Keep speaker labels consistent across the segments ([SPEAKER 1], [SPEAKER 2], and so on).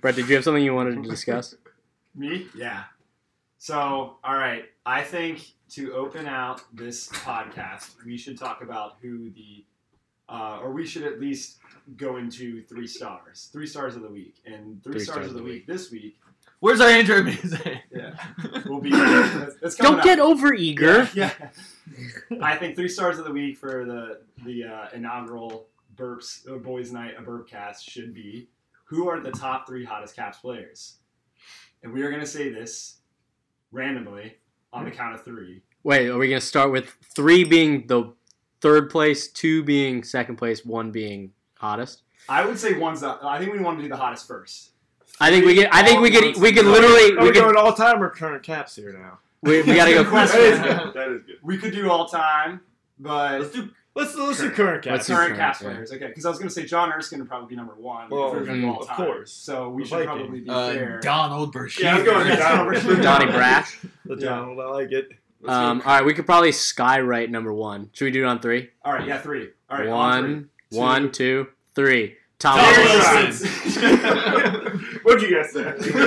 [SPEAKER 1] Brett, did you have something you wanted to discuss?
[SPEAKER 2] Me? Yeah. So, all right. I think to open out this podcast, we should talk about who the, uh, or we should at least go into three stars, three stars of the week, and three, stars, of the week. this week
[SPEAKER 3] Where's our intro music?
[SPEAKER 2] Yeah. will be. it's it's coming
[SPEAKER 1] Don't
[SPEAKER 2] up.
[SPEAKER 1] get over eager.
[SPEAKER 2] Yeah. I think three stars of the week for the the uh, inaugural burps uh, boys' night a burp cast should be who are the top three hottest Caps players, and we are going to say this randomly on the count of three.
[SPEAKER 1] Wait, are we going to start with three being the third place, two being second place, one being hottest?
[SPEAKER 2] I would say one's the. I think we want to do the hottest first.
[SPEAKER 1] I think we get. I think we could. We could
[SPEAKER 2] No,
[SPEAKER 1] literally.
[SPEAKER 4] Are
[SPEAKER 1] We
[SPEAKER 4] we
[SPEAKER 1] could.
[SPEAKER 4] going all time or current caps here now?
[SPEAKER 1] We, we gotta
[SPEAKER 2] Good
[SPEAKER 1] go.
[SPEAKER 2] question.
[SPEAKER 4] That is good. That is good.
[SPEAKER 2] We could do all time,
[SPEAKER 3] Let's
[SPEAKER 2] but
[SPEAKER 3] do.
[SPEAKER 4] Let's let's do current
[SPEAKER 1] Let's
[SPEAKER 4] caps.
[SPEAKER 1] do
[SPEAKER 2] current
[SPEAKER 1] current,
[SPEAKER 2] Caps
[SPEAKER 1] yeah.
[SPEAKER 2] players. Okay, because I was going to say John Erskine would probably be number one.
[SPEAKER 4] Well,
[SPEAKER 2] if we're gonna do
[SPEAKER 1] mm,
[SPEAKER 2] all
[SPEAKER 4] of
[SPEAKER 2] time.
[SPEAKER 4] course.
[SPEAKER 2] So we
[SPEAKER 4] The
[SPEAKER 2] should
[SPEAKER 4] Viking.
[SPEAKER 2] probably be
[SPEAKER 3] Uh,
[SPEAKER 2] fair.
[SPEAKER 3] Donald Bershir.
[SPEAKER 4] Yeah, I'm going
[SPEAKER 2] That's
[SPEAKER 4] Donald.
[SPEAKER 2] over.
[SPEAKER 1] Donnie Brash.
[SPEAKER 4] The
[SPEAKER 2] Yeah.
[SPEAKER 4] Donald, I like it. Let's
[SPEAKER 1] Um, all right, we could probably skywrite number one. Should we do it on three?
[SPEAKER 2] All right, yeah, three. All right, on three.
[SPEAKER 1] One, one, two, three. Tom
[SPEAKER 3] Tom
[SPEAKER 1] Wilson.
[SPEAKER 3] Wilson.
[SPEAKER 4] go. What'd you guys say?
[SPEAKER 1] All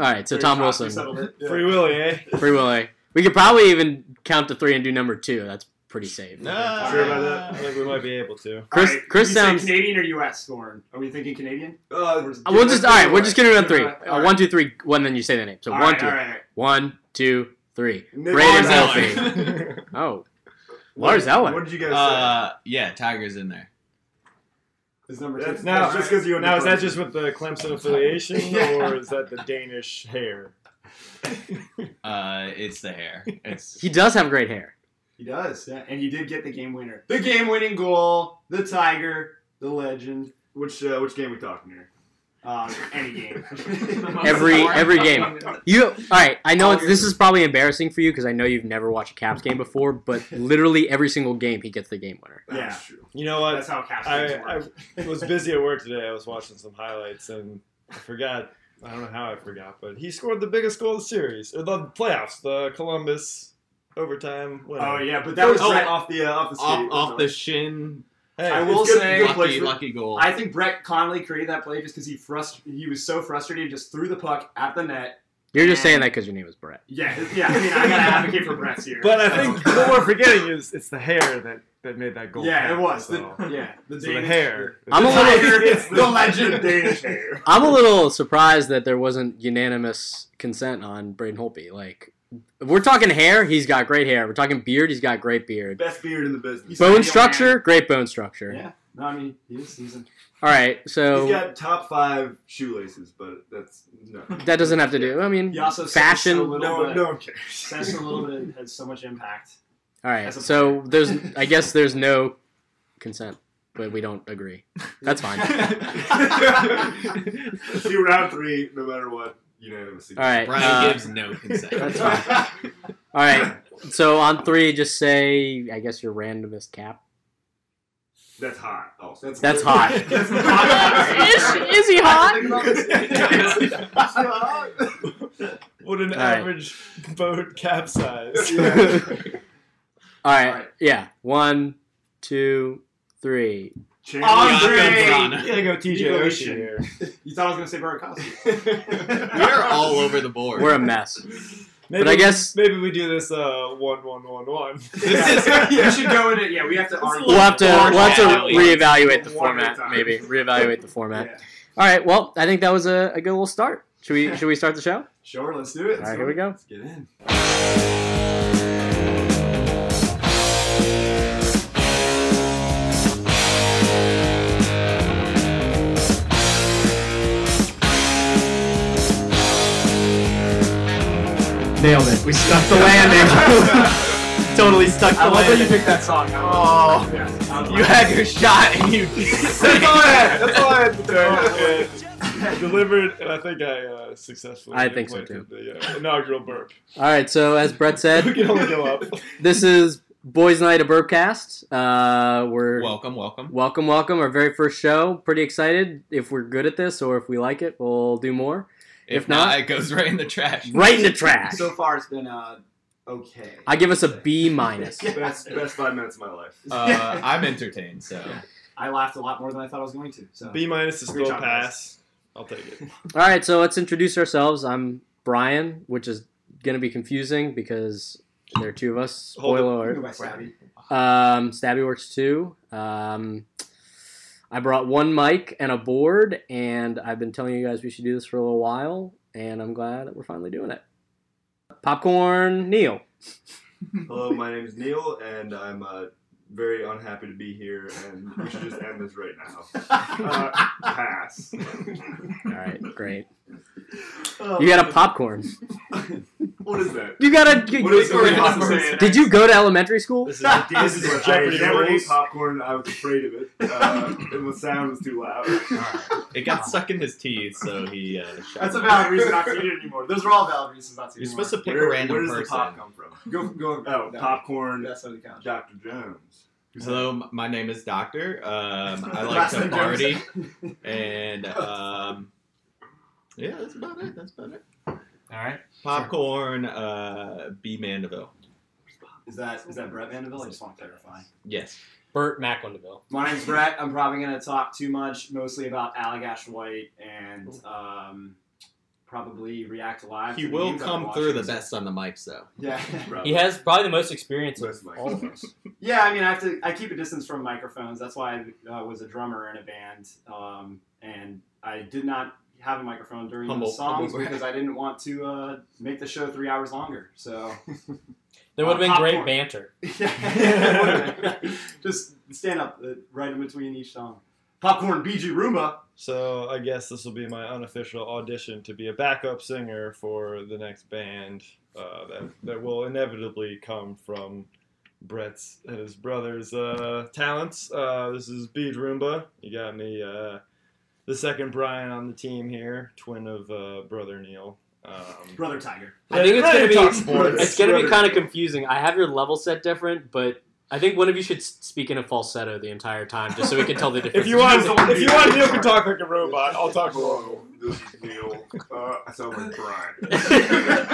[SPEAKER 1] right, so Tom
[SPEAKER 2] Very shocked we
[SPEAKER 1] Wilson,
[SPEAKER 2] settled it. Yeah.
[SPEAKER 4] Free Willy, eh?
[SPEAKER 1] Free Willy. We could probably even count to three and do number two. That's pretty safe.
[SPEAKER 3] Nah.
[SPEAKER 4] Sure about that? I think we might be able to.
[SPEAKER 2] All
[SPEAKER 1] Chris- Chris
[SPEAKER 2] did you say
[SPEAKER 1] sounds-
[SPEAKER 2] Canadian or U.S. Scorn? Are we thinking Canadian?
[SPEAKER 4] Uh,
[SPEAKER 1] Uh, We'll just all right. We're just gonna do it on three.
[SPEAKER 2] All right.
[SPEAKER 1] Uh, One, two, three. One, then you say the name. So
[SPEAKER 2] All
[SPEAKER 1] one,
[SPEAKER 2] right,
[SPEAKER 1] two,
[SPEAKER 2] all right, all right.
[SPEAKER 1] one, two, three.
[SPEAKER 4] Nick
[SPEAKER 1] Braden
[SPEAKER 4] Barzal.
[SPEAKER 1] Oh, Lars Eller.
[SPEAKER 4] What did you guys
[SPEAKER 3] Uh, yeah, Tiger's in there.
[SPEAKER 2] Is number
[SPEAKER 4] say?
[SPEAKER 2] two.
[SPEAKER 4] That's
[SPEAKER 2] That's
[SPEAKER 4] now,
[SPEAKER 2] just because you.
[SPEAKER 4] now is that just with the Clemson affiliation,
[SPEAKER 2] Yeah.
[SPEAKER 4] or is that the Danish hair?
[SPEAKER 3] Uh, it's the hair. It's
[SPEAKER 1] he does have great hair.
[SPEAKER 2] He does, yeah. and he did get the game winner. The game-winning goal. The tiger. The legend.
[SPEAKER 5] Which uh, which game we talking here?
[SPEAKER 2] Um, any game.
[SPEAKER 1] Every- every game. You all right? I know
[SPEAKER 2] Oh,
[SPEAKER 1] it's,
[SPEAKER 2] you're-
[SPEAKER 1] this is probably embarrassing for you because I know you've never watched a Caps game before, but literally every single game he gets the game winner.
[SPEAKER 2] Yeah.
[SPEAKER 5] That's true.
[SPEAKER 4] You know what?
[SPEAKER 2] That's how caps
[SPEAKER 4] I-
[SPEAKER 2] games work.
[SPEAKER 4] I was busy at work today. I was watching some highlights and I forgot. I don't know how I forgot, but he scored the biggest goal of the series or the playoffs, the Columbus overtime winner.
[SPEAKER 2] oh yeah, but that was.
[SPEAKER 5] oh,
[SPEAKER 2] Brett-
[SPEAKER 5] off the uh, off the skate.
[SPEAKER 3] off, off the
[SPEAKER 5] That's
[SPEAKER 3] shin.
[SPEAKER 4] Hey,
[SPEAKER 2] I
[SPEAKER 4] it's
[SPEAKER 2] will
[SPEAKER 4] good-
[SPEAKER 2] say-
[SPEAKER 4] good
[SPEAKER 3] Lucky,
[SPEAKER 4] placement.
[SPEAKER 3] lucky goal.
[SPEAKER 2] I think Brett Connolly created that play just because he frust- he was so frustrated, he just threw the puck at the net.
[SPEAKER 1] You're just saying
[SPEAKER 2] And-
[SPEAKER 1] that because your name is Brett.
[SPEAKER 2] Yeah, yeah. I mean, I gotta advocate for Brett's here.
[SPEAKER 4] But I
[SPEAKER 2] So-
[SPEAKER 4] think what we're forgetting is it's the hair that, that made that goal.
[SPEAKER 2] Yeah, it
[SPEAKER 4] count,
[SPEAKER 2] was.
[SPEAKER 4] so-
[SPEAKER 2] The, yeah, the,
[SPEAKER 4] so the
[SPEAKER 2] Danish-
[SPEAKER 4] hair.
[SPEAKER 1] I'm a
[SPEAKER 2] The
[SPEAKER 1] little-
[SPEAKER 2] tiger,
[SPEAKER 4] It's
[SPEAKER 2] the legend Danish hair.
[SPEAKER 1] I'm a little surprised that there wasn't unanimous consent on Braden Holtby. Like, if we're talking hair, he's got great hair. We're talking beard, he's got great
[SPEAKER 5] the
[SPEAKER 1] beard.
[SPEAKER 5] best beard in the business.
[SPEAKER 2] He's
[SPEAKER 1] Bone
[SPEAKER 2] ideal
[SPEAKER 1] structure, great bone structure.
[SPEAKER 2] Yeah. No, I mean, he was seasoned.
[SPEAKER 1] All right,
[SPEAKER 5] He's
[SPEAKER 1] so
[SPEAKER 5] got top five shoelaces, but that's no.
[SPEAKER 1] that doesn't have to do. I mean,
[SPEAKER 2] He also says
[SPEAKER 1] fashion.
[SPEAKER 2] so little,
[SPEAKER 5] No,
[SPEAKER 2] but
[SPEAKER 5] no one cares.
[SPEAKER 2] says so little, but it has so much impact.
[SPEAKER 1] All right.
[SPEAKER 2] As a
[SPEAKER 1] So there's, I guess there's no consent, but we don't agree. That's fine. All
[SPEAKER 5] See round three, no matter what, unanimously.
[SPEAKER 1] right.
[SPEAKER 3] Brian
[SPEAKER 1] uh,
[SPEAKER 3] gives no consent.
[SPEAKER 1] That's fine. All right. So on three, just say, I guess your randomest cap.
[SPEAKER 5] That's hot.
[SPEAKER 2] Oh,
[SPEAKER 5] Also,
[SPEAKER 1] That's hot.
[SPEAKER 5] That's
[SPEAKER 1] is, is he hot?
[SPEAKER 4] What an
[SPEAKER 1] All right.
[SPEAKER 4] average boat capsize.
[SPEAKER 1] All right.
[SPEAKER 2] All right.
[SPEAKER 1] Yeah. One, two, three.
[SPEAKER 2] Andre,
[SPEAKER 3] Andre!
[SPEAKER 4] Yeah, go TJ Oshie
[SPEAKER 2] Evolution.
[SPEAKER 4] here.
[SPEAKER 2] you thought I was gonna say Burakovsky.
[SPEAKER 3] We are all over the board.
[SPEAKER 1] We're a mess.
[SPEAKER 4] Maybe,
[SPEAKER 1] I guess-
[SPEAKER 4] maybe we do this uh one one one one.
[SPEAKER 3] This
[SPEAKER 2] yeah.
[SPEAKER 3] is-
[SPEAKER 2] We should go in it. Yeah, we have to argue.
[SPEAKER 1] We'll have to we'll have to
[SPEAKER 3] Yeah.
[SPEAKER 1] reevaluate the
[SPEAKER 2] One at a
[SPEAKER 1] format.
[SPEAKER 2] time.
[SPEAKER 1] Maybe reevaluate the format.
[SPEAKER 2] Yeah.
[SPEAKER 1] All right. Well, I think that was a, a good little start. Should we should we start the show?
[SPEAKER 2] Sure, let's do it.
[SPEAKER 1] All right. Here we go.
[SPEAKER 5] Let's get in.
[SPEAKER 1] Nailed it. We stuck the landing. totally stuck the
[SPEAKER 2] I love that you
[SPEAKER 1] landing.
[SPEAKER 2] picked that song. Oh, yeah.
[SPEAKER 3] You had your shot and you.
[SPEAKER 4] That's all I had. That's all I had to do.
[SPEAKER 2] Oh,
[SPEAKER 4] I delivered, and I think I uh, successfully.
[SPEAKER 1] I think so,
[SPEAKER 4] implanted The uh, inaugural burp.
[SPEAKER 1] All right. So as Brett
[SPEAKER 4] We
[SPEAKER 1] said,
[SPEAKER 4] can only go up.
[SPEAKER 1] this is Boys Night a Burpcast. Uh, we're
[SPEAKER 3] Welcome, welcome.
[SPEAKER 1] welcome, welcome. Our very first show. Pretty excited. If we're good at this or if we like it, we'll do more.
[SPEAKER 3] If,
[SPEAKER 1] If
[SPEAKER 3] not,
[SPEAKER 1] not-
[SPEAKER 3] it goes right in the trash.
[SPEAKER 1] Right in the trash.
[SPEAKER 2] So far, it's been uh, okay.
[SPEAKER 1] I give us a B minus.
[SPEAKER 5] Best best five minutes of my life.
[SPEAKER 3] Uh, I'm entertained, so
[SPEAKER 2] I laughed a lot more than I thought I was going to. So
[SPEAKER 4] B minus is
[SPEAKER 2] Good
[SPEAKER 4] still
[SPEAKER 2] job, guys.
[SPEAKER 4] pass. I'll take it.
[SPEAKER 1] All right, so let's introduce ourselves. I'm Brian, which is going to be confusing because there are two of us.
[SPEAKER 4] Hold it.
[SPEAKER 1] Spoiler alert.
[SPEAKER 2] Ooh, I stabby.
[SPEAKER 1] Um, Stabby works too. Um, I brought one mic and a board, and I've been telling you guys we should do this for a little while, and I'm glad that we're finally doing it. Popcorn Neil.
[SPEAKER 5] Hello, my name is Neil, and I'm uh, very unhappy to be here. And we should just end this right now. Uh, pass.
[SPEAKER 1] All right, great.
[SPEAKER 2] Oh,
[SPEAKER 1] You got a popcorn.
[SPEAKER 5] what is that?
[SPEAKER 1] You got
[SPEAKER 5] What is
[SPEAKER 1] a.
[SPEAKER 5] going on? This
[SPEAKER 1] Did you go to elementary school?
[SPEAKER 4] This is a, this
[SPEAKER 5] is
[SPEAKER 4] is a
[SPEAKER 5] I
[SPEAKER 4] Jeopardy
[SPEAKER 5] never ate
[SPEAKER 4] rules.
[SPEAKER 5] popcorn. I was afraid of it. Uh, and the sound was too loud.
[SPEAKER 3] It got stuck in his teeth, so he. Uh, shot
[SPEAKER 2] That's a
[SPEAKER 3] it.
[SPEAKER 2] valid reason not to eat it anymore. Those are all valid reasons not to eat
[SPEAKER 3] You're
[SPEAKER 2] it
[SPEAKER 3] supposed to pick
[SPEAKER 5] Where-
[SPEAKER 3] a random
[SPEAKER 5] where does
[SPEAKER 3] person.
[SPEAKER 5] the pop come from?
[SPEAKER 2] anymore. go go.
[SPEAKER 5] Oh,
[SPEAKER 2] no.
[SPEAKER 5] popcorn.
[SPEAKER 2] That's how they count.
[SPEAKER 5] Dr. Jones.
[SPEAKER 3] Hello, m- my name is Doctor. Um, I like
[SPEAKER 2] Last
[SPEAKER 3] to
[SPEAKER 2] name Jones.
[SPEAKER 3] party, and um, yeah, that's about it. That's about it.
[SPEAKER 2] All right.
[SPEAKER 3] Popcorn, uh, B Mandeville.
[SPEAKER 2] Is that is that Brett Vanderbilt? I just want to clarify.
[SPEAKER 3] Yes.
[SPEAKER 1] Burt Macklandville.
[SPEAKER 2] My name's Brett. I'm probably going to talk too much, mostly about Allagash White and um, probably React Live.
[SPEAKER 3] He
[SPEAKER 2] to the
[SPEAKER 3] will
[SPEAKER 2] games I've
[SPEAKER 3] come
[SPEAKER 2] watched
[SPEAKER 3] through the
[SPEAKER 2] recently.
[SPEAKER 3] best on the mics, though.
[SPEAKER 2] Yeah.
[SPEAKER 6] He has probably the most experience of
[SPEAKER 5] Most mics.
[SPEAKER 6] all of us.
[SPEAKER 2] yeah, I mean, I have to. I keep a distance from microphones. That's why I uh, was a drummer in a band, um, and I did not have a microphone during
[SPEAKER 3] Humble-
[SPEAKER 2] the songs
[SPEAKER 3] humble brag.
[SPEAKER 2] because I didn't want to uh, make the show three hours longer. So.
[SPEAKER 6] There would have been
[SPEAKER 2] Uh,
[SPEAKER 6] great
[SPEAKER 2] popcorn.
[SPEAKER 6] banter.
[SPEAKER 2] Yeah. Just stand up uh, right in between each song. Popcorn BG Roomba.
[SPEAKER 4] So I guess this will be my unofficial audition to be a backup singer for the next band uh, that that will inevitably come from Brett's and his brother's uh, talents. Uh, this is Bead Roomba. You got me uh, the second Brian on the team here, twin of uh, brother Neil. Um,
[SPEAKER 2] Brother Tiger.
[SPEAKER 6] I think it's
[SPEAKER 4] Hey,
[SPEAKER 6] gonna be
[SPEAKER 4] talk sports.
[SPEAKER 6] it's gonna be
[SPEAKER 4] Brother.
[SPEAKER 6] kind of confusing. I have your level set different, but I think one of you should s- speak in a falsetto the entire time, just so we can tell the difference.
[SPEAKER 4] If you want, if you want, Neil can talk like a robot. I'll talk normal.
[SPEAKER 5] Hello, this is Neil. Uh, I sound like Brian.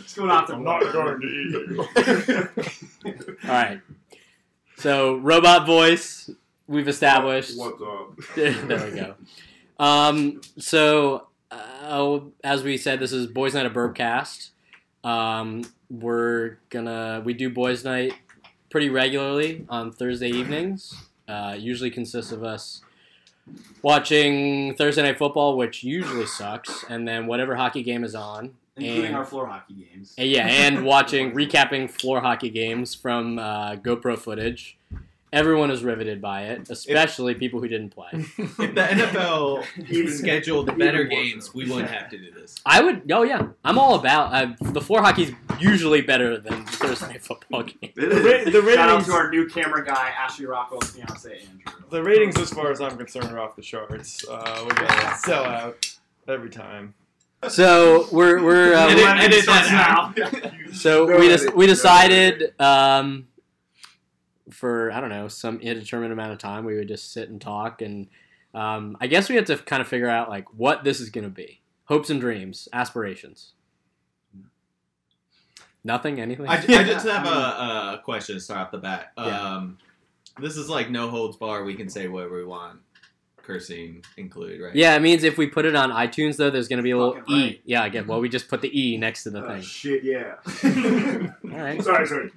[SPEAKER 2] It's going off the
[SPEAKER 4] I'm not going to eat you.
[SPEAKER 1] All right. So robot voice we've established.
[SPEAKER 5] What's up?
[SPEAKER 1] there we go. Um, so, uh, as we said, this is Boys Night a Burbcast. Um, we're gonna we do Boys Night pretty regularly on Thursday evenings. Uh, usually consists of us watching Thursday Night Football, which usually sucks, and then whatever hockey game is on.
[SPEAKER 2] Including
[SPEAKER 1] And-
[SPEAKER 2] our floor hockey games.
[SPEAKER 1] And yeah, and watching recapping floor hockey games from uh, GoPro footage. Everyone is riveted by it, especially people who didn't play.
[SPEAKER 3] If the NFL
[SPEAKER 5] Even-
[SPEAKER 3] scheduled
[SPEAKER 5] even
[SPEAKER 3] better
[SPEAKER 5] more
[SPEAKER 3] games,
[SPEAKER 5] so.
[SPEAKER 3] we wouldn't have to do this.
[SPEAKER 1] I would. Oh yeah, I'm all about. Uh, the floor hockey's usually better than the Thursday night football game.
[SPEAKER 5] It
[SPEAKER 4] The,
[SPEAKER 5] is.
[SPEAKER 4] ra- the
[SPEAKER 2] Shout out
[SPEAKER 4] ratings
[SPEAKER 2] to our new camera guy, Ashley Rockwell's fiance, Andrew.
[SPEAKER 4] The ratings, as far as I'm concerned, are off the charts. Uh, we got a sellout every time.
[SPEAKER 1] So we're we're uh,
[SPEAKER 3] And
[SPEAKER 1] we-
[SPEAKER 3] it- and it does now.
[SPEAKER 1] so
[SPEAKER 5] No
[SPEAKER 1] we
[SPEAKER 5] edit,
[SPEAKER 1] des- we
[SPEAKER 5] no
[SPEAKER 1] decided
[SPEAKER 5] edit.
[SPEAKER 1] um, for I don't know some indeterminate amount of time we would just sit and talk and um, I guess we had to kind of figure out like what this is gonna be hopes and dreams aspirations nothing anything
[SPEAKER 3] I, I just have
[SPEAKER 2] I
[SPEAKER 3] a, a question to start off the bat.
[SPEAKER 1] Yeah.
[SPEAKER 3] Um, this is like no holds bar. We can say whatever we want, cursing included, right?
[SPEAKER 1] yeah it means if we put it on iTunes though there's gonna be a little
[SPEAKER 2] Fucking
[SPEAKER 1] e
[SPEAKER 2] right. Oh,
[SPEAKER 1] yeah again well we just put the e next to the
[SPEAKER 5] Uh,
[SPEAKER 1] thing
[SPEAKER 5] shit, yeah.
[SPEAKER 1] all right
[SPEAKER 5] sorry, sorry.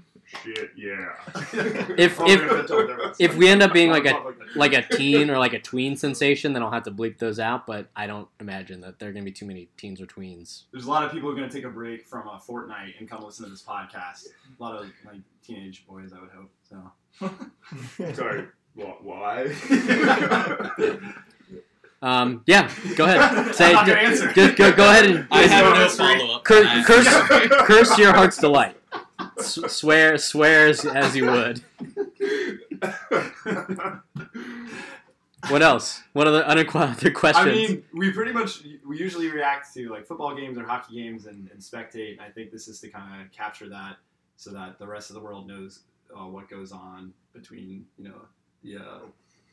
[SPEAKER 5] Shit, yeah.
[SPEAKER 1] If-
[SPEAKER 2] Oh, we're
[SPEAKER 1] if-
[SPEAKER 2] gonna have to tell them.
[SPEAKER 1] if we end up being like a
[SPEAKER 2] Public-
[SPEAKER 1] like a teen or like a tween sensation, then I'll have to bleep those out. But I don't imagine that there are going to be too many teens or tweens.
[SPEAKER 2] There's a lot of people who are going to take a break from uh, Fortnite and come listen to this podcast. A lot of like teenage boys, I would hope. So
[SPEAKER 5] Sorry. What, why?
[SPEAKER 1] Um, yeah, go ahead. Say,
[SPEAKER 2] I'm not
[SPEAKER 1] ju-
[SPEAKER 2] gonna answer.
[SPEAKER 1] just go, go ahead and
[SPEAKER 3] I have no
[SPEAKER 5] Curse-
[SPEAKER 3] follow up.
[SPEAKER 1] cur- curse, curse your heart's delight. S- swear, swear as, as you would. What else? What other unaqu- other questions?
[SPEAKER 2] I mean, we pretty much we usually react to like football games or hockey games and, and spectate. And I think this is to kind of capture that, so that the rest of the world knows uh, what goes on between you know the uh,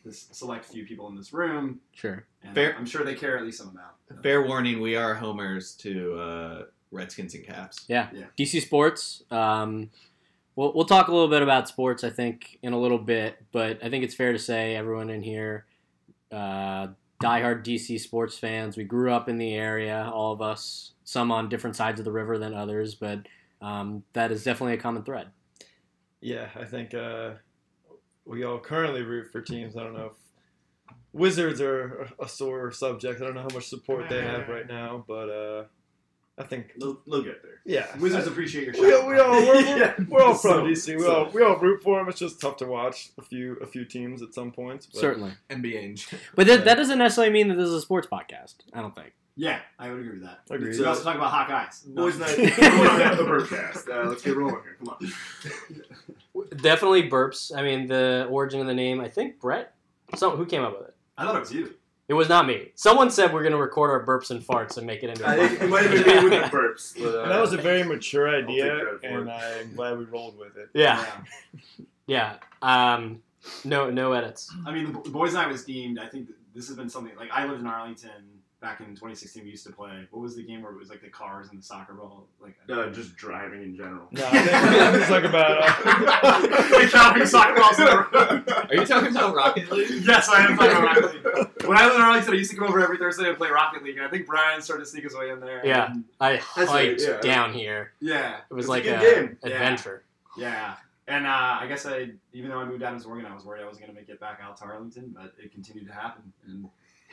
[SPEAKER 2] this select few people in this room.
[SPEAKER 1] sure.
[SPEAKER 2] And
[SPEAKER 3] Fair-
[SPEAKER 2] I'm sure they care at least some amount.
[SPEAKER 3] Fair warning: we are homers to uh, Redskins and Caps.
[SPEAKER 1] DC Sports. Um, we'll, we'll talk a little bit about sports, I think, in a little bit, but I think it's fair to say everyone in here uh, diehard DC sports fans. We grew up in the area, all of us, some on different sides of the river than others, but um, that is definitely a common thread.
[SPEAKER 4] Yeah, I think uh, we all currently root for teams. I don't know if Wizards are a sore subject. I don't know how much support they have right now, but uh, I think
[SPEAKER 5] They'll, they'll get there.
[SPEAKER 4] yeah,
[SPEAKER 2] Wizards appreciate your
[SPEAKER 4] We, we all
[SPEAKER 2] show.
[SPEAKER 4] we're,
[SPEAKER 5] Yeah.
[SPEAKER 4] we're, we're all
[SPEAKER 5] So-
[SPEAKER 4] from DC. We all we all root for them. It's just tough to watch a few a few teams at some points. But
[SPEAKER 1] Certainly.
[SPEAKER 3] NBA in general.
[SPEAKER 1] But that, that doesn't necessarily mean that this is a sports podcast. I don't think.
[SPEAKER 2] Yeah, I would agree with that.
[SPEAKER 4] Agreed.
[SPEAKER 2] So we also talk about Hawkeyes.
[SPEAKER 5] Boys night. Boys night. The Birdcast. Uh, let's get rolling here. Come on.
[SPEAKER 6] Definitely burps. I mean, the origin of the name. I think Brett. So who came up with it?
[SPEAKER 2] I thought it was you.
[SPEAKER 6] It was not me. Someone said we're going to record our burps and farts and make it into. a
[SPEAKER 5] I think it
[SPEAKER 6] podcast.
[SPEAKER 5] might have been me with the burps. But, uh,
[SPEAKER 4] And that was a very mature
[SPEAKER 5] I'll take
[SPEAKER 4] idea,
[SPEAKER 5] credit for
[SPEAKER 4] and
[SPEAKER 5] it.
[SPEAKER 4] I'm glad we rolled with it.
[SPEAKER 6] yeah, yeah. Um, no, no edits.
[SPEAKER 2] I mean, the Bo- Boys Night was deemed. I think th- this has been something like I lived in Arlington back in 2016. We used to play. What was the game where it was like the cars and the soccer ball? Like
[SPEAKER 5] uh, just driving in general.
[SPEAKER 4] No, I think- I think it's like uh, about,
[SPEAKER 2] Like dropping soccer balls in the
[SPEAKER 3] Are you talking about Rocket League?
[SPEAKER 2] yes, I am playing Rocket League. When I lived in Arlington, I used to come over every Thursday and play Rocket League, and I think Brian started to sneak his way in there.
[SPEAKER 6] Yeah.
[SPEAKER 2] and-
[SPEAKER 6] I
[SPEAKER 5] right,
[SPEAKER 6] hiked
[SPEAKER 5] yeah.
[SPEAKER 6] down here.
[SPEAKER 2] yeah,
[SPEAKER 6] It was
[SPEAKER 5] It's a
[SPEAKER 6] like
[SPEAKER 5] good game.
[SPEAKER 2] Yeah.
[SPEAKER 6] adventure.
[SPEAKER 2] yeah. And uh, I guess I, even though I moved out to Oregon, I was worried I wasn't going to make it back out to Arlington, but it continued to happen, and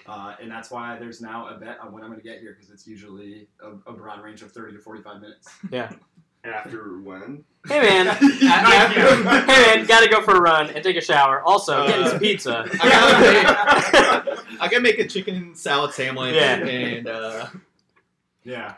[SPEAKER 2] uh, and that's why there's now a bet on when I'm going to get here because it's usually a, a broad range of 30 to 45 minutes.
[SPEAKER 5] After when?
[SPEAKER 6] Hey man,
[SPEAKER 2] Not
[SPEAKER 6] hey
[SPEAKER 2] here.
[SPEAKER 6] man, gotta go for a run and take a shower. Also, getting
[SPEAKER 3] Uh,
[SPEAKER 6] some pizza.
[SPEAKER 3] I gotta make, I gotta make a chicken salad sandwich
[SPEAKER 6] Yeah.
[SPEAKER 3] and uh,
[SPEAKER 2] Yeah,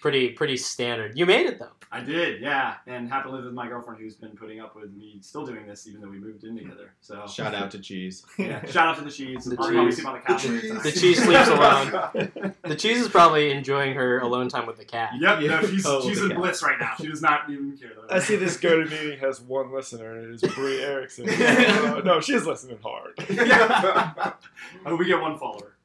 [SPEAKER 6] pretty pretty standard. You made it though.
[SPEAKER 2] I did. Yeah, and happen to live with my girlfriend who's been putting up with me still doing this even though we moved in together. So
[SPEAKER 3] shout out to cheese.
[SPEAKER 2] Yeah, shout out to the cheese.
[SPEAKER 6] The
[SPEAKER 2] I'll probably
[SPEAKER 6] cheese.
[SPEAKER 2] sleep on the couch. later
[SPEAKER 5] cheese.
[SPEAKER 2] tonight.
[SPEAKER 6] The cheese sleeps alone. The cheese is probably enjoying her alone time with the cat.
[SPEAKER 2] Yep, no, she's,
[SPEAKER 3] Oh,
[SPEAKER 2] she's
[SPEAKER 3] the
[SPEAKER 2] in
[SPEAKER 3] cat.
[SPEAKER 2] bliss right now. She does not even care. Though.
[SPEAKER 4] I see this go to meeting has one listener, and it is Bree Erickson. Uh, no, she's listening hard.
[SPEAKER 2] Yeah. oh, we get one follower,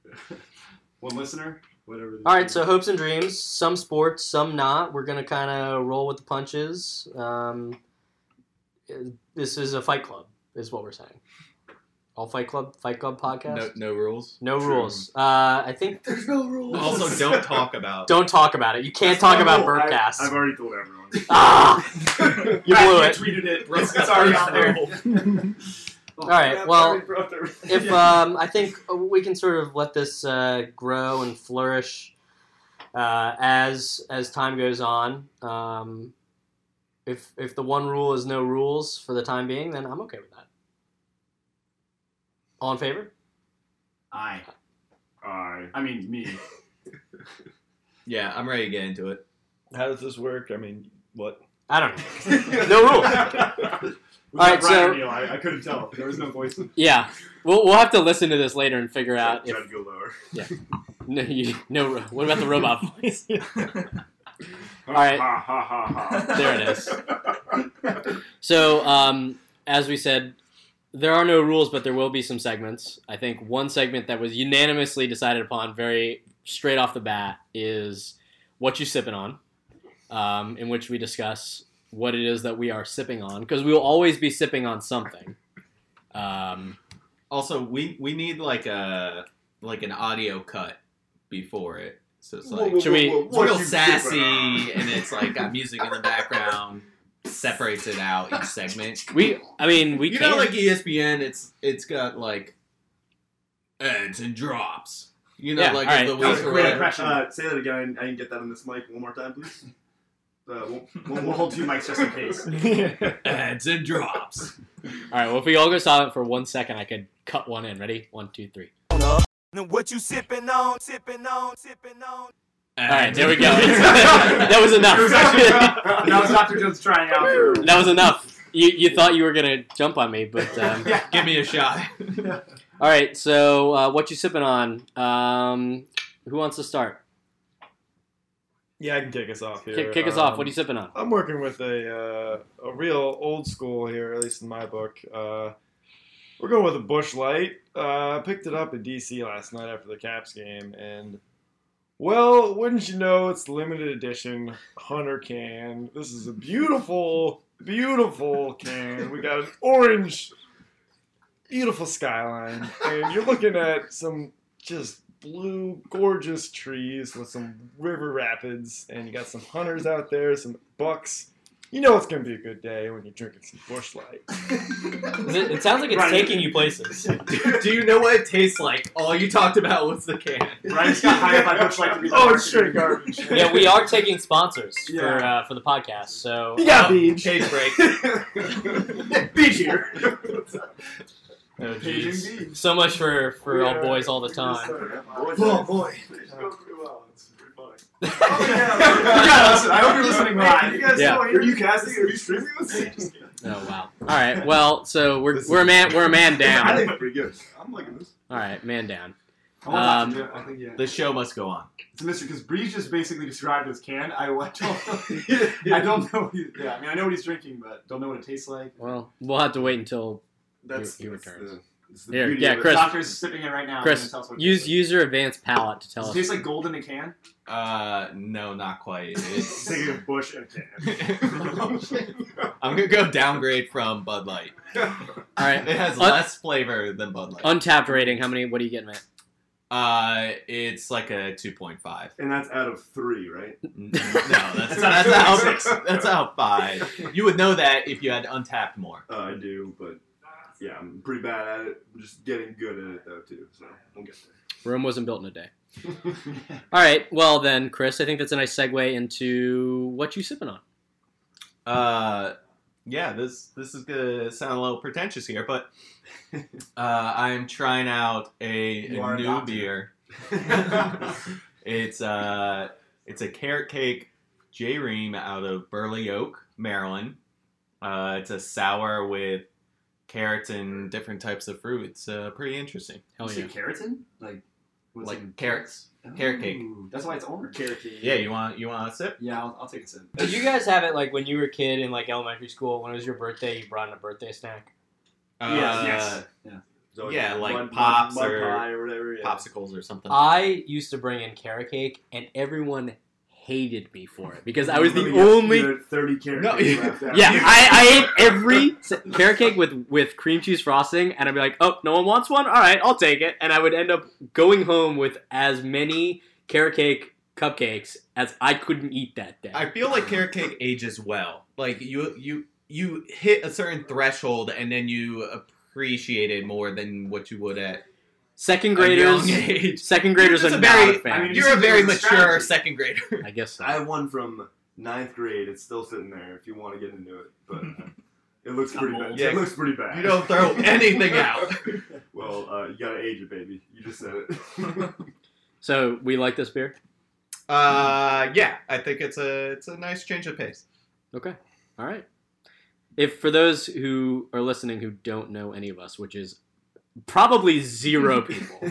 [SPEAKER 2] one listener, whatever. the-
[SPEAKER 6] All right, so hopes and dreams, some sports, some not. We're gonna kind of roll with the punches. Um, this is a Fight Club, is what we're saying. All Fight Club, Fight Club
[SPEAKER 3] No,
[SPEAKER 6] podcast.
[SPEAKER 3] no rules.
[SPEAKER 6] No,
[SPEAKER 3] True.
[SPEAKER 6] rules. Uh, I think
[SPEAKER 5] There's no rules.
[SPEAKER 3] Also, don't talk about.
[SPEAKER 6] don't talk about it. You can't
[SPEAKER 5] That's
[SPEAKER 6] talk
[SPEAKER 5] no
[SPEAKER 6] about
[SPEAKER 5] rule. I-
[SPEAKER 6] Burpcast.
[SPEAKER 5] I've already told everyone.
[SPEAKER 6] ah, you
[SPEAKER 2] Matt,
[SPEAKER 6] blew it.
[SPEAKER 2] Tweeted it. It's,
[SPEAKER 3] Russ got
[SPEAKER 2] it's already
[SPEAKER 3] first
[SPEAKER 2] out there.
[SPEAKER 6] All right, well, if
[SPEAKER 5] Yeah.
[SPEAKER 6] um, I think we can sort of let this uh, grow and flourish uh, as as time goes on. Um, if if the one rule is no rules for the time being, then I'm okay with that. All in favor?
[SPEAKER 2] I,
[SPEAKER 5] I
[SPEAKER 2] I mean me.
[SPEAKER 3] Yeah, I'm ready to get into it.
[SPEAKER 4] How does this work? I mean, what?
[SPEAKER 6] I don't know. No rules.
[SPEAKER 2] All right,
[SPEAKER 6] right,
[SPEAKER 2] Brian
[SPEAKER 6] so-
[SPEAKER 2] Neal, I, I couldn't tell. There was no voice.
[SPEAKER 1] Yeah, we'll, we'll have to listen to this later and figure out
[SPEAKER 5] tried
[SPEAKER 1] if
[SPEAKER 5] to go lower.
[SPEAKER 1] no, you, no. What about the robot voice?
[SPEAKER 5] All
[SPEAKER 1] right.
[SPEAKER 5] Ha ha ha ha.
[SPEAKER 1] There it is. So, um, as we said, there are no rules, but there will be some segments. I think one segment that was unanimously decided upon very straight off the bat is what you sipping on, um, in which we discuss what it is that we are sipping on because we will always be sipping on something. Um,
[SPEAKER 3] Also, we we need like a like an audio cut before it. So it's
[SPEAKER 5] Whoa,
[SPEAKER 3] like
[SPEAKER 5] whoa,
[SPEAKER 1] should we-
[SPEAKER 5] whoa, whoa,
[SPEAKER 3] it's
[SPEAKER 5] what
[SPEAKER 3] real
[SPEAKER 5] you
[SPEAKER 3] sassy,
[SPEAKER 5] doing?
[SPEAKER 3] and it's like got music in the background, separates it out each segment.
[SPEAKER 1] we, I mean, we
[SPEAKER 3] you
[SPEAKER 1] can.
[SPEAKER 3] know, like E ESPN, it's it's got like ads and drops. You know,
[SPEAKER 1] Yeah,
[SPEAKER 3] like
[SPEAKER 1] all
[SPEAKER 3] of the
[SPEAKER 1] right.
[SPEAKER 5] That was
[SPEAKER 3] week
[SPEAKER 5] a
[SPEAKER 3] or
[SPEAKER 5] great
[SPEAKER 3] whatever.
[SPEAKER 5] impression. Uh, say that again. I didn't- I didn't get that on this mic. One more time, please. Uh, one,
[SPEAKER 2] We'll,
[SPEAKER 5] one
[SPEAKER 2] we'll
[SPEAKER 5] more.
[SPEAKER 2] hold two mics just in case.
[SPEAKER 3] Ads and drops.
[SPEAKER 1] all right, well, if we all go silent for one second, I could cut one in. Ready? One, two, three.
[SPEAKER 7] What you sipping on, sipping on, sipping on.
[SPEAKER 1] All right, there we go. that was enough.
[SPEAKER 2] It was actually, that was Dr. Jones trying out. for-
[SPEAKER 1] That was enough. You, you thought you were gonna jump on me, but um,
[SPEAKER 2] Yeah.
[SPEAKER 3] Give me a shot.
[SPEAKER 1] all right. So uh, what you sipping on? Um, who wants to start?
[SPEAKER 4] Yeah, I can kick us off here.
[SPEAKER 1] Kick, kick us off. What
[SPEAKER 4] Um,
[SPEAKER 1] are you sipping on?
[SPEAKER 4] I'm working with a uh, a real old school here, at least in my book. Uh, we're going with a Bush Light. Uh, I picked it up at DC last night after the Caps game, and well, wouldn't you know, it's limited edition hunter can. This is a beautiful, beautiful can. We got an orange, beautiful skyline, and you're looking at some just blue, gorgeous trees with some river rapids, and you got some hunters out there, some bucks. You know it's gonna be a good day when you're drinking some bush light.
[SPEAKER 6] It, it sounds like it's
[SPEAKER 2] Right.
[SPEAKER 6] taking you places.
[SPEAKER 3] Do you know what it tastes like? All you talked about was the
[SPEAKER 1] Oh,
[SPEAKER 3] can.
[SPEAKER 2] Ryan's got high up on Bush Light to be the
[SPEAKER 4] Oh, it's
[SPEAKER 2] marketing.
[SPEAKER 4] straight garbage.
[SPEAKER 6] Yeah, we are taking sponsors for
[SPEAKER 2] Yeah.
[SPEAKER 6] uh, for the podcast. So
[SPEAKER 4] You got
[SPEAKER 6] um,
[SPEAKER 4] beach.
[SPEAKER 3] Case break.
[SPEAKER 2] Beach here.
[SPEAKER 3] Oh,
[SPEAKER 2] Paging
[SPEAKER 3] jeez.
[SPEAKER 2] beach.
[SPEAKER 6] so much for for all
[SPEAKER 4] Yeah.
[SPEAKER 6] boys all the time.
[SPEAKER 5] Oh,
[SPEAKER 4] boy.
[SPEAKER 2] Yeah, listen, I hope you're listening live.
[SPEAKER 5] You guys
[SPEAKER 1] Yeah.
[SPEAKER 5] still here? Are you casting? Are you streaming this?
[SPEAKER 1] Oh wow. All right. Well, so we're
[SPEAKER 5] This is-
[SPEAKER 1] we're a man we're a man
[SPEAKER 5] I
[SPEAKER 1] down.
[SPEAKER 5] think it's pretty good. I'm liking this.
[SPEAKER 1] All right, man down.
[SPEAKER 2] I want Dr.
[SPEAKER 1] Um,
[SPEAKER 2] Jeff, I think, yeah.
[SPEAKER 3] The show must go on.
[SPEAKER 2] It's a mystery because Breeze just basically described his can. I, I don't, I don't know. What he, yeah, I mean, I know what he's drinking, but don't know what it tastes like.
[SPEAKER 1] Well, we'll have to wait until
[SPEAKER 5] That's,
[SPEAKER 1] He- he
[SPEAKER 5] that's the,
[SPEAKER 1] returns.
[SPEAKER 5] that's the
[SPEAKER 1] Here,
[SPEAKER 5] beauty
[SPEAKER 1] yeah,
[SPEAKER 5] of it.
[SPEAKER 1] Chris.
[SPEAKER 2] Doctor's sipping it right now.
[SPEAKER 1] Chris,
[SPEAKER 2] and tell us what it
[SPEAKER 1] use
[SPEAKER 2] tastes like.
[SPEAKER 1] use your advanced palate to tell
[SPEAKER 2] Does it
[SPEAKER 1] us.
[SPEAKER 2] taste like gold in a can?
[SPEAKER 3] Uh, no, not quite. It's-
[SPEAKER 5] Taking a bush and a
[SPEAKER 3] I'm gonna go downgrade from Bud Light.
[SPEAKER 5] can.
[SPEAKER 1] All right.
[SPEAKER 3] It has
[SPEAKER 1] Un-
[SPEAKER 3] less flavor than Bud Light.
[SPEAKER 1] Untapped rating. How many? What are you getting,
[SPEAKER 3] Uh, it's like a 2.5.
[SPEAKER 5] and that's out of three, right?
[SPEAKER 3] N- No, that's not, that's not
[SPEAKER 5] Six.
[SPEAKER 3] how That's not how five. You would know that if you had untapped more.
[SPEAKER 5] Uh, I do, but yeah, I'm pretty bad at it. I'm just getting good at it though too, so we'll get there.
[SPEAKER 1] Matt? Rome wasn't built in a day. All right. Well then, Chris, I think that's a nice segue into what you sipping on.
[SPEAKER 3] Uh, yeah, this this is gonna sound a little pretentious here, but uh, I'm trying out a,
[SPEAKER 2] You
[SPEAKER 3] a
[SPEAKER 2] are a
[SPEAKER 3] new
[SPEAKER 2] doctor.
[SPEAKER 3] beer. It's uh, it's a carrot cake J Ream out of Burley Oak, Maryland. Uh, it's a sour with carrots and different types of fruit. It's uh, pretty interesting.
[SPEAKER 1] Hell
[SPEAKER 2] Is
[SPEAKER 1] yeah.
[SPEAKER 2] it keratin? Like, what's
[SPEAKER 3] Like
[SPEAKER 2] in-
[SPEAKER 3] carrots. Carrot cake.
[SPEAKER 2] Ooh, That's why it's orange. Oh. Carrot cake.
[SPEAKER 3] Yeah, you want you want a sip?
[SPEAKER 2] Yeah, I'll, I'll take a sip.
[SPEAKER 6] Did you guys have it like when you were a kid in like elementary school? When it was your birthday, you brought in a birthday snack.
[SPEAKER 3] Uh,
[SPEAKER 2] yes. Yeah.
[SPEAKER 5] So
[SPEAKER 3] Yeah,
[SPEAKER 5] it's
[SPEAKER 3] like
[SPEAKER 5] mud- mud-
[SPEAKER 3] pops
[SPEAKER 5] mud
[SPEAKER 3] or-
[SPEAKER 5] pie or whatever.
[SPEAKER 3] uh,
[SPEAKER 5] Yeah.
[SPEAKER 3] Popsicles or something.
[SPEAKER 6] I used to bring in carrot cake, and everyone hated me for it because I was the only.
[SPEAKER 5] You're thirty carrot
[SPEAKER 3] No,
[SPEAKER 5] cake
[SPEAKER 3] yeah.
[SPEAKER 5] left after
[SPEAKER 1] Yeah,
[SPEAKER 5] you.
[SPEAKER 1] I, I ate every s- carrot cake with, with cream cheese frosting, and I'd be like, oh, no one wants one? All right, I'll take it. And I would end up going home with as many carrot cake cupcakes as I couldn't eat that day.
[SPEAKER 3] I feel like carrot cake ages well. Like you you you hit a certain threshold and then you appreciate it more than what you would at
[SPEAKER 1] second
[SPEAKER 3] a young
[SPEAKER 1] graders,
[SPEAKER 3] age.
[SPEAKER 1] second graders
[SPEAKER 3] It's
[SPEAKER 1] are
[SPEAKER 3] a
[SPEAKER 1] not
[SPEAKER 3] very-
[SPEAKER 1] a fan.
[SPEAKER 2] I mean,
[SPEAKER 3] You're a very
[SPEAKER 2] It's a
[SPEAKER 3] mature
[SPEAKER 2] strategy.
[SPEAKER 3] second grader.
[SPEAKER 1] I guess so.
[SPEAKER 5] I have one from ninth grade. It's still sitting there. If you want to get into it, but uh, it looks
[SPEAKER 2] It's
[SPEAKER 5] pretty
[SPEAKER 2] not
[SPEAKER 5] bad.
[SPEAKER 2] old.
[SPEAKER 5] It looks pretty bad.
[SPEAKER 3] You don't throw anything out.
[SPEAKER 5] Well, uh, you gotta age it, baby. You just said it.
[SPEAKER 1] so we like this beer?
[SPEAKER 3] Uh, yeah, I think it's a it's a nice change of pace.
[SPEAKER 1] Okay. All right. If for those who are listening who don't know any of us, which is probably zero people,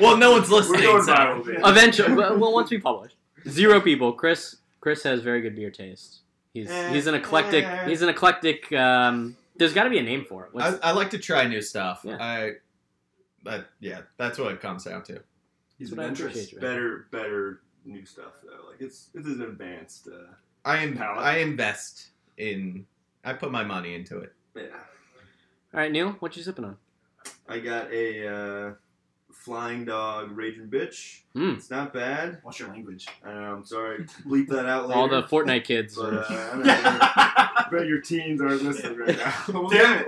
[SPEAKER 3] Well, no one's listening.
[SPEAKER 5] We're going
[SPEAKER 3] so-
[SPEAKER 5] viral, baby.
[SPEAKER 1] Eventually, well, well, once we publish, zero people. Chris, Chris has very good beer taste. He's
[SPEAKER 3] Eh,
[SPEAKER 1] he's an eclectic.
[SPEAKER 3] eh.
[SPEAKER 1] He's an eclectic. Um, there's got to be a name for it. What's,
[SPEAKER 3] I, I like to try new stuff.
[SPEAKER 1] Yeah.
[SPEAKER 3] I, that yeah, that's what it comes down to.
[SPEAKER 2] He's
[SPEAKER 1] what I
[SPEAKER 2] adventurous.
[SPEAKER 1] appreciate you.
[SPEAKER 5] better, better new stuff though. Like it's this is advanced. Uh,
[SPEAKER 3] I am
[SPEAKER 5] Palette.
[SPEAKER 3] I invest in. I put my money into it.
[SPEAKER 5] yeah.
[SPEAKER 1] All right, Neil, what you sipping on?
[SPEAKER 5] I got a uh, flying dog raging bitch.
[SPEAKER 1] Mm.
[SPEAKER 5] It's not bad.
[SPEAKER 2] What's your language?
[SPEAKER 5] I know, I'm sorry. Bleep that out later.
[SPEAKER 1] All the Fortnite kids.
[SPEAKER 5] But, uh,
[SPEAKER 1] are-
[SPEAKER 5] I don't know.
[SPEAKER 2] Damn
[SPEAKER 5] I bet your teens aren't listening right now.
[SPEAKER 2] it.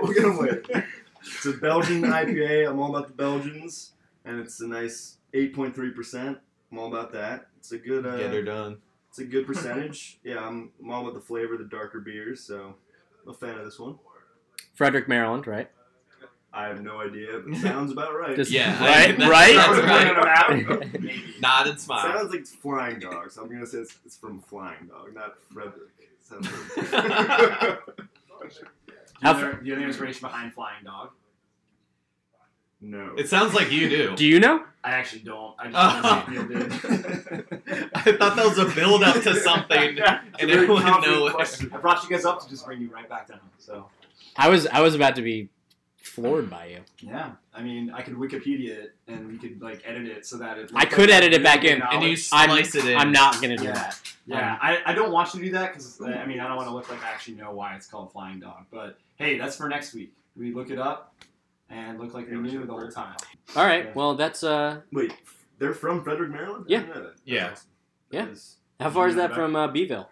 [SPEAKER 5] We'll get them later. It's a Belgian IPA. I'm all about the Belgians, and it's a nice 8.3 percent. I'm all about that. It's a good. Uh,
[SPEAKER 3] Get her done.
[SPEAKER 5] It's a good percentage. Yeah, I'm, I'm all about the flavor, the darker beers, so I'm a fan of this one.
[SPEAKER 1] Frederick, Maryland, right?
[SPEAKER 5] I have no idea, but it sounds about right.
[SPEAKER 1] Just-
[SPEAKER 3] Yeah,
[SPEAKER 1] Right,
[SPEAKER 3] that's-
[SPEAKER 1] right?
[SPEAKER 3] that's
[SPEAKER 2] Right.
[SPEAKER 3] Nod and smile.
[SPEAKER 5] sounds like it's Flying Dog, so I'm gonna say it's, it's from Flying Dog, not Frederick. Sounds like-
[SPEAKER 2] Do you
[SPEAKER 1] How
[SPEAKER 2] know- do you know the inspiration behind Flying Dog?
[SPEAKER 5] no.
[SPEAKER 3] It sounds like you do.
[SPEAKER 1] Do you know?
[SPEAKER 2] I actually don't. I just don't
[SPEAKER 3] Oh.
[SPEAKER 2] know if Neil did.
[SPEAKER 3] I thought that was a build up to something, and it went nowhere.
[SPEAKER 2] I brought you guys up to just bring you right back down. So
[SPEAKER 1] I was I was about to be floored by you.
[SPEAKER 2] yeah, I mean, I could Wikipedia it and we could like edit it so that it.
[SPEAKER 1] I could edit it back in,
[SPEAKER 3] And you
[SPEAKER 2] knowledge.
[SPEAKER 3] slice it in.
[SPEAKER 1] I'm not gonna do
[SPEAKER 2] Yeah,
[SPEAKER 1] that.
[SPEAKER 2] yeah. I, I don't want you to do that because I mean I don't want to look like I actually know why it's called Flying Dog. But hey, that's for next week. We look it up, and looked like we knew the whole time.
[SPEAKER 1] All right. Well, that's uh,
[SPEAKER 5] Wait, they're from Frederick, Maryland? I
[SPEAKER 1] Yeah.
[SPEAKER 5] didn't know that.
[SPEAKER 3] Yeah.
[SPEAKER 1] Yeah.
[SPEAKER 5] That is-
[SPEAKER 1] how far is that from uh, Beeville?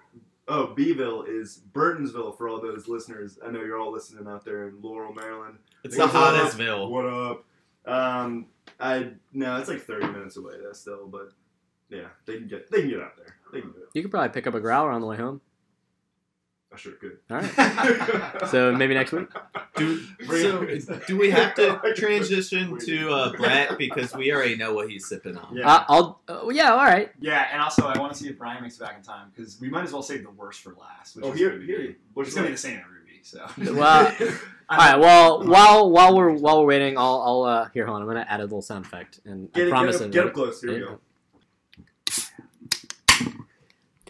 [SPEAKER 5] Oh, Beeville is Burtonsville for all those listeners. I know you're all listening out there in Laurel, Maryland.
[SPEAKER 3] It's
[SPEAKER 5] What
[SPEAKER 3] the
[SPEAKER 5] up?
[SPEAKER 3] Hottestville.
[SPEAKER 5] What up? Um, I no, it's like 30 minutes away though still, but yeah, they can get they can get out there. They can do it.
[SPEAKER 1] You could probably pick up a growler on the way home.
[SPEAKER 5] I sure could.
[SPEAKER 1] All right. So maybe next week.
[SPEAKER 3] Do, so, do we have to transition
[SPEAKER 5] Wait.
[SPEAKER 3] to uh, Brett because we already know what he's sipping on?
[SPEAKER 5] yeah.
[SPEAKER 1] Uh, I'll. Uh, yeah. All right.
[SPEAKER 2] Yeah, and also I want to see if Brian makes it back in time because we might as well save the worst for last. Which
[SPEAKER 5] oh,
[SPEAKER 2] is
[SPEAKER 5] here,
[SPEAKER 2] gonna be-
[SPEAKER 5] here.
[SPEAKER 2] Which is gonna be the same every week. So.
[SPEAKER 1] Well, all right. Well, while while we're while we're waiting, I'll I'll uh, here. Hold on. I'm gonna add a little sound effect, and
[SPEAKER 5] Get,
[SPEAKER 1] I
[SPEAKER 5] it,
[SPEAKER 1] promise
[SPEAKER 5] get, up,
[SPEAKER 1] it-
[SPEAKER 5] get up close. Here we
[SPEAKER 1] Yeah.
[SPEAKER 5] go.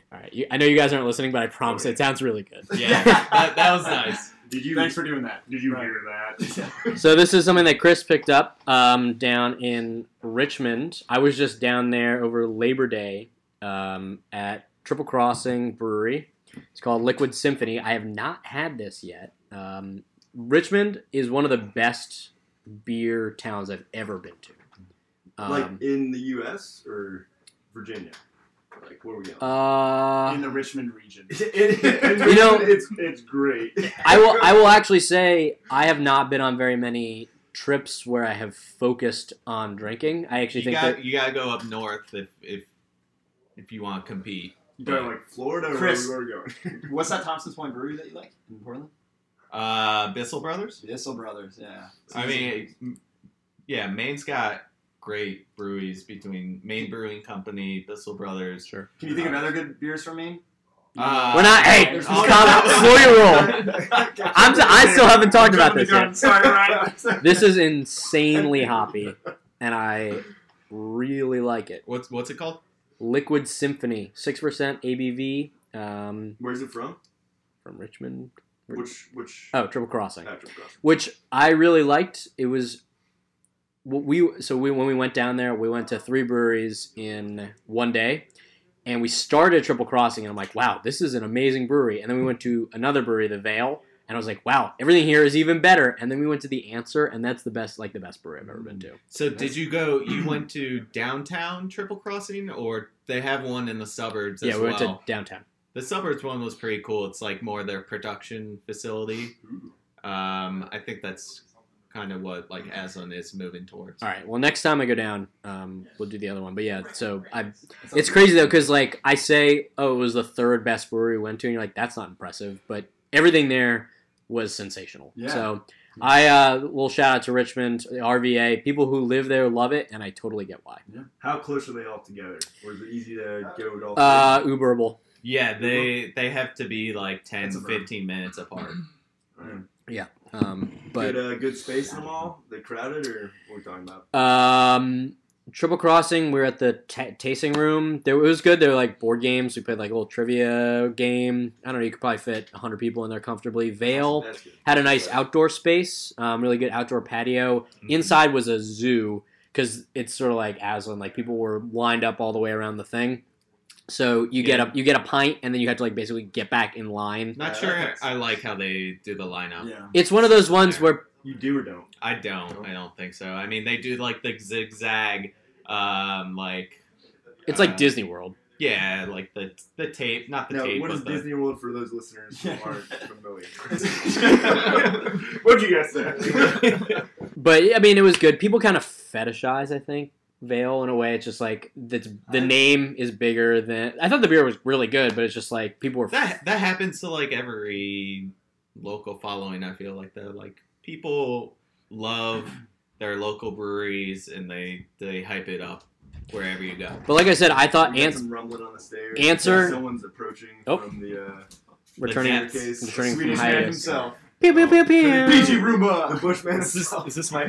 [SPEAKER 1] All right. You, I know you guys aren't listening, but I promise
[SPEAKER 5] Okay.
[SPEAKER 1] it sounds really good.
[SPEAKER 3] Yeah, that, that was nice.
[SPEAKER 5] Did you
[SPEAKER 2] Thanks for doing that.
[SPEAKER 5] did you
[SPEAKER 2] Right.
[SPEAKER 5] hear that?
[SPEAKER 1] So this is something that Chris picked up um, down in Richmond. I was just down there over Labor Day um, at Triple Crossing Brewery. It's called Liquid Symphony. I have not had this yet. Um, Richmond is one of the best beer towns I've ever been to.
[SPEAKER 5] like
[SPEAKER 1] Um,
[SPEAKER 5] in the U.S. or Virginia? Like where we going?
[SPEAKER 1] uh,
[SPEAKER 2] in the Richmond region.
[SPEAKER 5] It- it-
[SPEAKER 1] You know-
[SPEAKER 5] it's it's great.
[SPEAKER 1] I will. I will actually say I have not been on very many trips where I have focused on drinking. I actually
[SPEAKER 3] You
[SPEAKER 1] think
[SPEAKER 3] got
[SPEAKER 1] that
[SPEAKER 3] you gotta go up north if if if you want to compete.
[SPEAKER 5] You going like Florida or
[SPEAKER 2] Chris.
[SPEAKER 5] where we going?
[SPEAKER 2] What's that Thompson's Point brewery that you like in Portland?
[SPEAKER 3] Uh, Bissell Brothers.
[SPEAKER 2] Bissell Brothers. Yeah.
[SPEAKER 3] I mean, it- yeah, Maine's got great breweries between Maine Brewing Company, Bissell Brothers. Sure.
[SPEAKER 2] Can you think of other good beers from Maine?
[SPEAKER 3] Uh,
[SPEAKER 1] we're not. Hey,
[SPEAKER 2] There's
[SPEAKER 1] calm
[SPEAKER 2] no-
[SPEAKER 1] down. Slow your roll. I'm s- I still haven't talked about
[SPEAKER 2] Jumping
[SPEAKER 1] this
[SPEAKER 2] the gun.
[SPEAKER 1] yet.
[SPEAKER 2] Sorry, Ryan.
[SPEAKER 1] This is insanely hoppy, and I really like it.
[SPEAKER 3] What's what's it called?
[SPEAKER 1] Liquid Symphony, six percent ABV um,
[SPEAKER 5] Where's it from?
[SPEAKER 1] from Richmond.
[SPEAKER 5] Which which?
[SPEAKER 1] Oh, Triple Crossing,
[SPEAKER 5] Patrick Cross.
[SPEAKER 1] which I really liked. It was what we so we when we went down there, we went to three breweries in one day, and we started Triple Crossing, and I'm like, wow, this is an amazing brewery. And then we went to another brewery, the Vale. And I was like, "Wow, everything here is even better." And then we went to the Answer, and that's the best, like the best brewery I've ever been to.
[SPEAKER 3] So did you go? You went to downtown Triple Crossing, or they have one in the suburbs
[SPEAKER 1] yeah,
[SPEAKER 3] as
[SPEAKER 1] we went
[SPEAKER 3] well.
[SPEAKER 1] to downtown.
[SPEAKER 3] The suburbs one was pretty cool. It's like more their production facility. Um, I think that's kind of what like Aslan is moving towards.
[SPEAKER 1] All right. Well, next time I go down, um, we'll do the other one. But yeah, so I, it's crazy though, because like I say, oh, it was the third best brewery we went to, and you're like, that's not impressive, but everything there was sensational.
[SPEAKER 2] Yeah.
[SPEAKER 1] So I uh, little shout out to Richmond, the RVA, people who live there love it, and I totally get why.
[SPEAKER 5] How close are they all together? Or is it easy to go with all? three?
[SPEAKER 1] Uh, Uberable.
[SPEAKER 3] Yeah, they they have to be like 10,
[SPEAKER 5] That's a verb.
[SPEAKER 3] 15 minutes apart.
[SPEAKER 5] Alright.
[SPEAKER 1] Um, but
[SPEAKER 5] good, uh, good space in them all. They crowded or what are we talking about?
[SPEAKER 1] Um, Triple Crossing, we were at the ta tasting room. There, it was good. There were like board games. We played like a little trivia game. I don't know. You could probably fit 100 people in there comfortably. Vale
[SPEAKER 5] That's good.
[SPEAKER 1] had a nice outdoor space, um, really good outdoor patio.
[SPEAKER 3] Mm-hmm.
[SPEAKER 1] Inside was a zoo because it's sort of like Aslan. Like people were lined up all the way around the thing. So you get
[SPEAKER 3] Yeah.
[SPEAKER 1] a you get a pint and then you have to like basically get back in line.
[SPEAKER 3] Not
[SPEAKER 5] Yeah,
[SPEAKER 3] sure.
[SPEAKER 5] that's-
[SPEAKER 3] I like how they do the lineup.
[SPEAKER 2] Yeah.
[SPEAKER 1] It's one of those ones where
[SPEAKER 5] You do or don't?
[SPEAKER 3] I don't. I don't think so. I mean, they do like the zigzag, um, like
[SPEAKER 1] it's like
[SPEAKER 3] Uh,
[SPEAKER 1] Disney World.
[SPEAKER 3] yeah, like the the tape, not the
[SPEAKER 5] Now,
[SPEAKER 3] tape,
[SPEAKER 5] what
[SPEAKER 3] but uh,
[SPEAKER 5] is
[SPEAKER 3] the,
[SPEAKER 5] Disney World for those listeners who aren't familiar?
[SPEAKER 2] What'd you guys
[SPEAKER 1] But I mean, it was good. People kind of fetishize, I think, Vale in a way. It's just like that's the
[SPEAKER 2] I-
[SPEAKER 1] name is bigger than. I thought the beer was really good, but it's just like people were.
[SPEAKER 3] that that happens to like every local following. I feel like though, like people love their local breweries and they they hype it up wherever you go.
[SPEAKER 1] But like I said, I thought
[SPEAKER 5] We got
[SPEAKER 1] Ants
[SPEAKER 5] some rumbling on the stairs.
[SPEAKER 1] Uh, Answer-
[SPEAKER 5] Someone's approaching
[SPEAKER 1] Oh.
[SPEAKER 5] from the uh,
[SPEAKER 1] returning.
[SPEAKER 3] That's-
[SPEAKER 5] staircase.
[SPEAKER 1] Returning from
[SPEAKER 2] Swedish man
[SPEAKER 1] hiatus.
[SPEAKER 2] himself.
[SPEAKER 1] Pew pew pew pew.
[SPEAKER 2] PG
[SPEAKER 5] The
[SPEAKER 2] Roomba.
[SPEAKER 5] Bushman
[SPEAKER 4] Is this,
[SPEAKER 5] himself.
[SPEAKER 4] is this my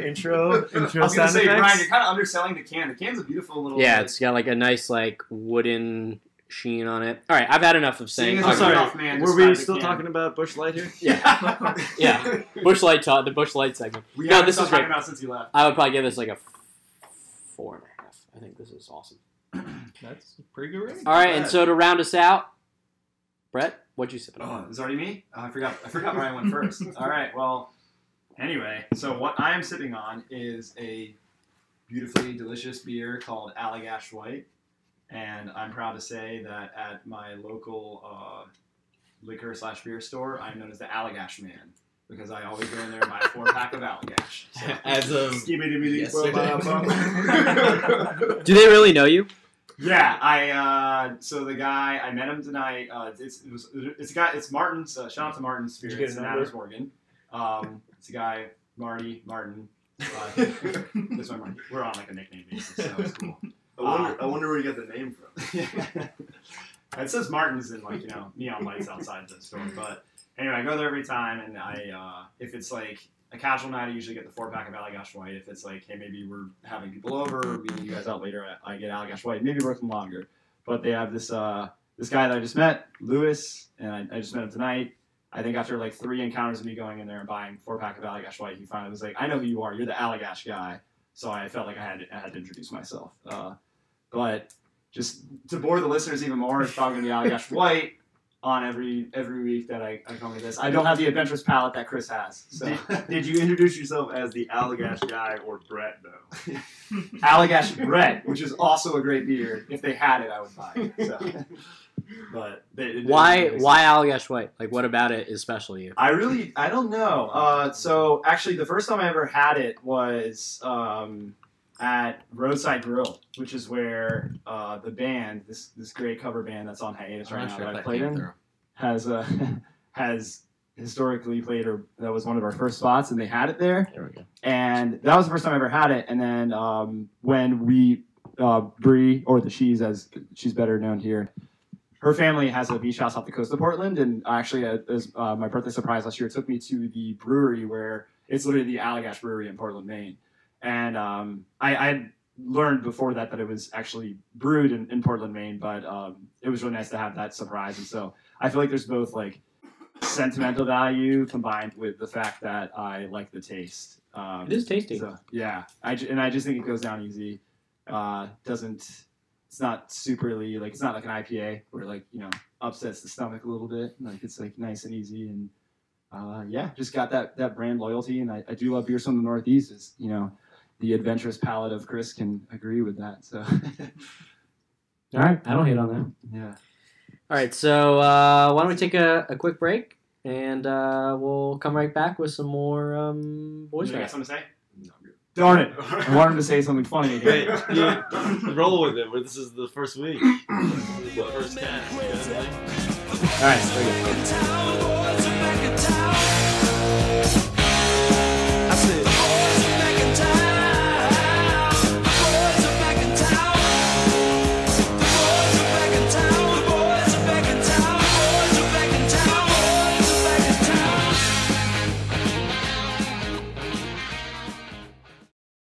[SPEAKER 4] intro?
[SPEAKER 2] I
[SPEAKER 4] Intro
[SPEAKER 2] was gonna
[SPEAKER 4] sound
[SPEAKER 2] say, Brian, you're
[SPEAKER 4] effects?
[SPEAKER 2] kind of underselling the can. The can's a beautiful little.
[SPEAKER 1] Yeah, it's got like a nice like wooden sheen on it. All right, I've had enough of saying.
[SPEAKER 2] Seeing as
[SPEAKER 4] I'm
[SPEAKER 2] I'm
[SPEAKER 4] sorry,
[SPEAKER 2] an off man,
[SPEAKER 4] Were we
[SPEAKER 2] describe the
[SPEAKER 4] still
[SPEAKER 2] can.
[SPEAKER 4] talking about Bush Light here?
[SPEAKER 2] Yeah.
[SPEAKER 1] Yeah, Bush Light taught the Bush Light segment.
[SPEAKER 2] we
[SPEAKER 1] No,
[SPEAKER 2] haven't
[SPEAKER 1] this
[SPEAKER 2] stopped
[SPEAKER 1] is
[SPEAKER 2] talking
[SPEAKER 1] great.
[SPEAKER 2] about since you left.
[SPEAKER 1] I would probably give this like a four and a half. I think this is awesome.
[SPEAKER 3] That's a pretty good. rating.
[SPEAKER 1] All right, and so to round us out, Brett, what'd you sip it on?
[SPEAKER 2] Oh, is it already me? Oh, I forgot. I forgot Brian went first. All right. Well, Anyway, so what I am sipping on is a beautifully delicious beer called Allagash White, and I'm proud to say that at my local uh, liquor slash beer store, I'm known as the Allagash Man because I always go in there and buy a four pack of Allagash.
[SPEAKER 3] As of
[SPEAKER 5] Yesterday.
[SPEAKER 1] Oh. Do they really know you?
[SPEAKER 2] Yeah, I uh, so the guy I met him tonight. Uh, it's it was, it's a guy. It's Martin's. Uh, shout out to Martin
[SPEAKER 4] you
[SPEAKER 2] Spirits
[SPEAKER 4] get his
[SPEAKER 2] in
[SPEAKER 4] number?
[SPEAKER 2] Adams, Morgan. Um, it's a guy Marty Martin. Uh, that's my Marty. We're on like a nickname basis. So it's cool.
[SPEAKER 5] I wonder, I wonder where you got the name from.
[SPEAKER 2] it says Martin's in like you know neon lights outside the store, but anyway, I go there every time, and I uh, if it's like a casual night, I usually get the four pack of Allagash White. If it's like hey, maybe we're having people over, or meeting you guys out later, I, I get Allagash White, maybe working longer. But they have this uh, this guy that I just met, Lewis, and I, I just met him tonight. I think after like three encounters of me going in there and buying four pack of Allagash White, he finally was like, "I know who you are. You're the Allagash guy." So I felt like I had I had to introduce myself. Uh, but just to bore the listeners even more, it's probably gonna be Allagash White on every every week that I, I come with this. I don't have the adventurous palette that Chris has. So
[SPEAKER 5] Did, did you introduce yourself as the Allagash guy or Brett, though?
[SPEAKER 2] Allagash Red, which is also a great beer. If they had it, I would buy it. So. But they, it didn't
[SPEAKER 1] Why?
[SPEAKER 2] really make
[SPEAKER 1] Why Allagash White? Like, what about it is special to you?
[SPEAKER 2] I really, I don't know. Uh, so actually, the first time I ever had it was um, at Roadside Grill, which is where uh, the band, this this great cover band that's on hiatus right now that I played in, has uh, has historically played, or that was one of our first spots, and they had it there
[SPEAKER 1] There we go.
[SPEAKER 2] and that was the first time I ever had it. And then um, when we uh, Bree or the she's as she's better known here, her family has a beach house off the coast of Portland, and actually, uh, as uh, my birthday surprise last year, took me to the brewery where it's literally the Allagash Brewery in Portland, Maine. And um, I, I had learned before that that it was actually brewed in, in Portland, Maine, but um, it was really nice to have that surprise. And so I feel like there's both like sentimental value combined with the fact that I like the taste. Um,
[SPEAKER 1] It is tasty.
[SPEAKER 2] so, yeah, I ju- and I just think it goes down easy. Uh, doesn't it's not superly like it's not like an IPA where like you know upsets the stomach a little bit. Like it's like nice and easy and uh, yeah, just got that that brand loyalty and I, I do love beers from the Northeast. Is you know the adventurous palate of Chris can agree with that. So
[SPEAKER 1] All right, I don't hate on that.
[SPEAKER 2] yeah,
[SPEAKER 1] All right, so uh, why don't we take a, a quick break and uh, we'll come right back with some more um, boys. Night.
[SPEAKER 2] something to say? Darn it! I wanted to say something funny.
[SPEAKER 4] Hey,
[SPEAKER 2] Again.
[SPEAKER 4] you roll with it. This is the first week. This is the first cast. you know?
[SPEAKER 1] All right, there we go.
[SPEAKER 7] Town boys are back in town.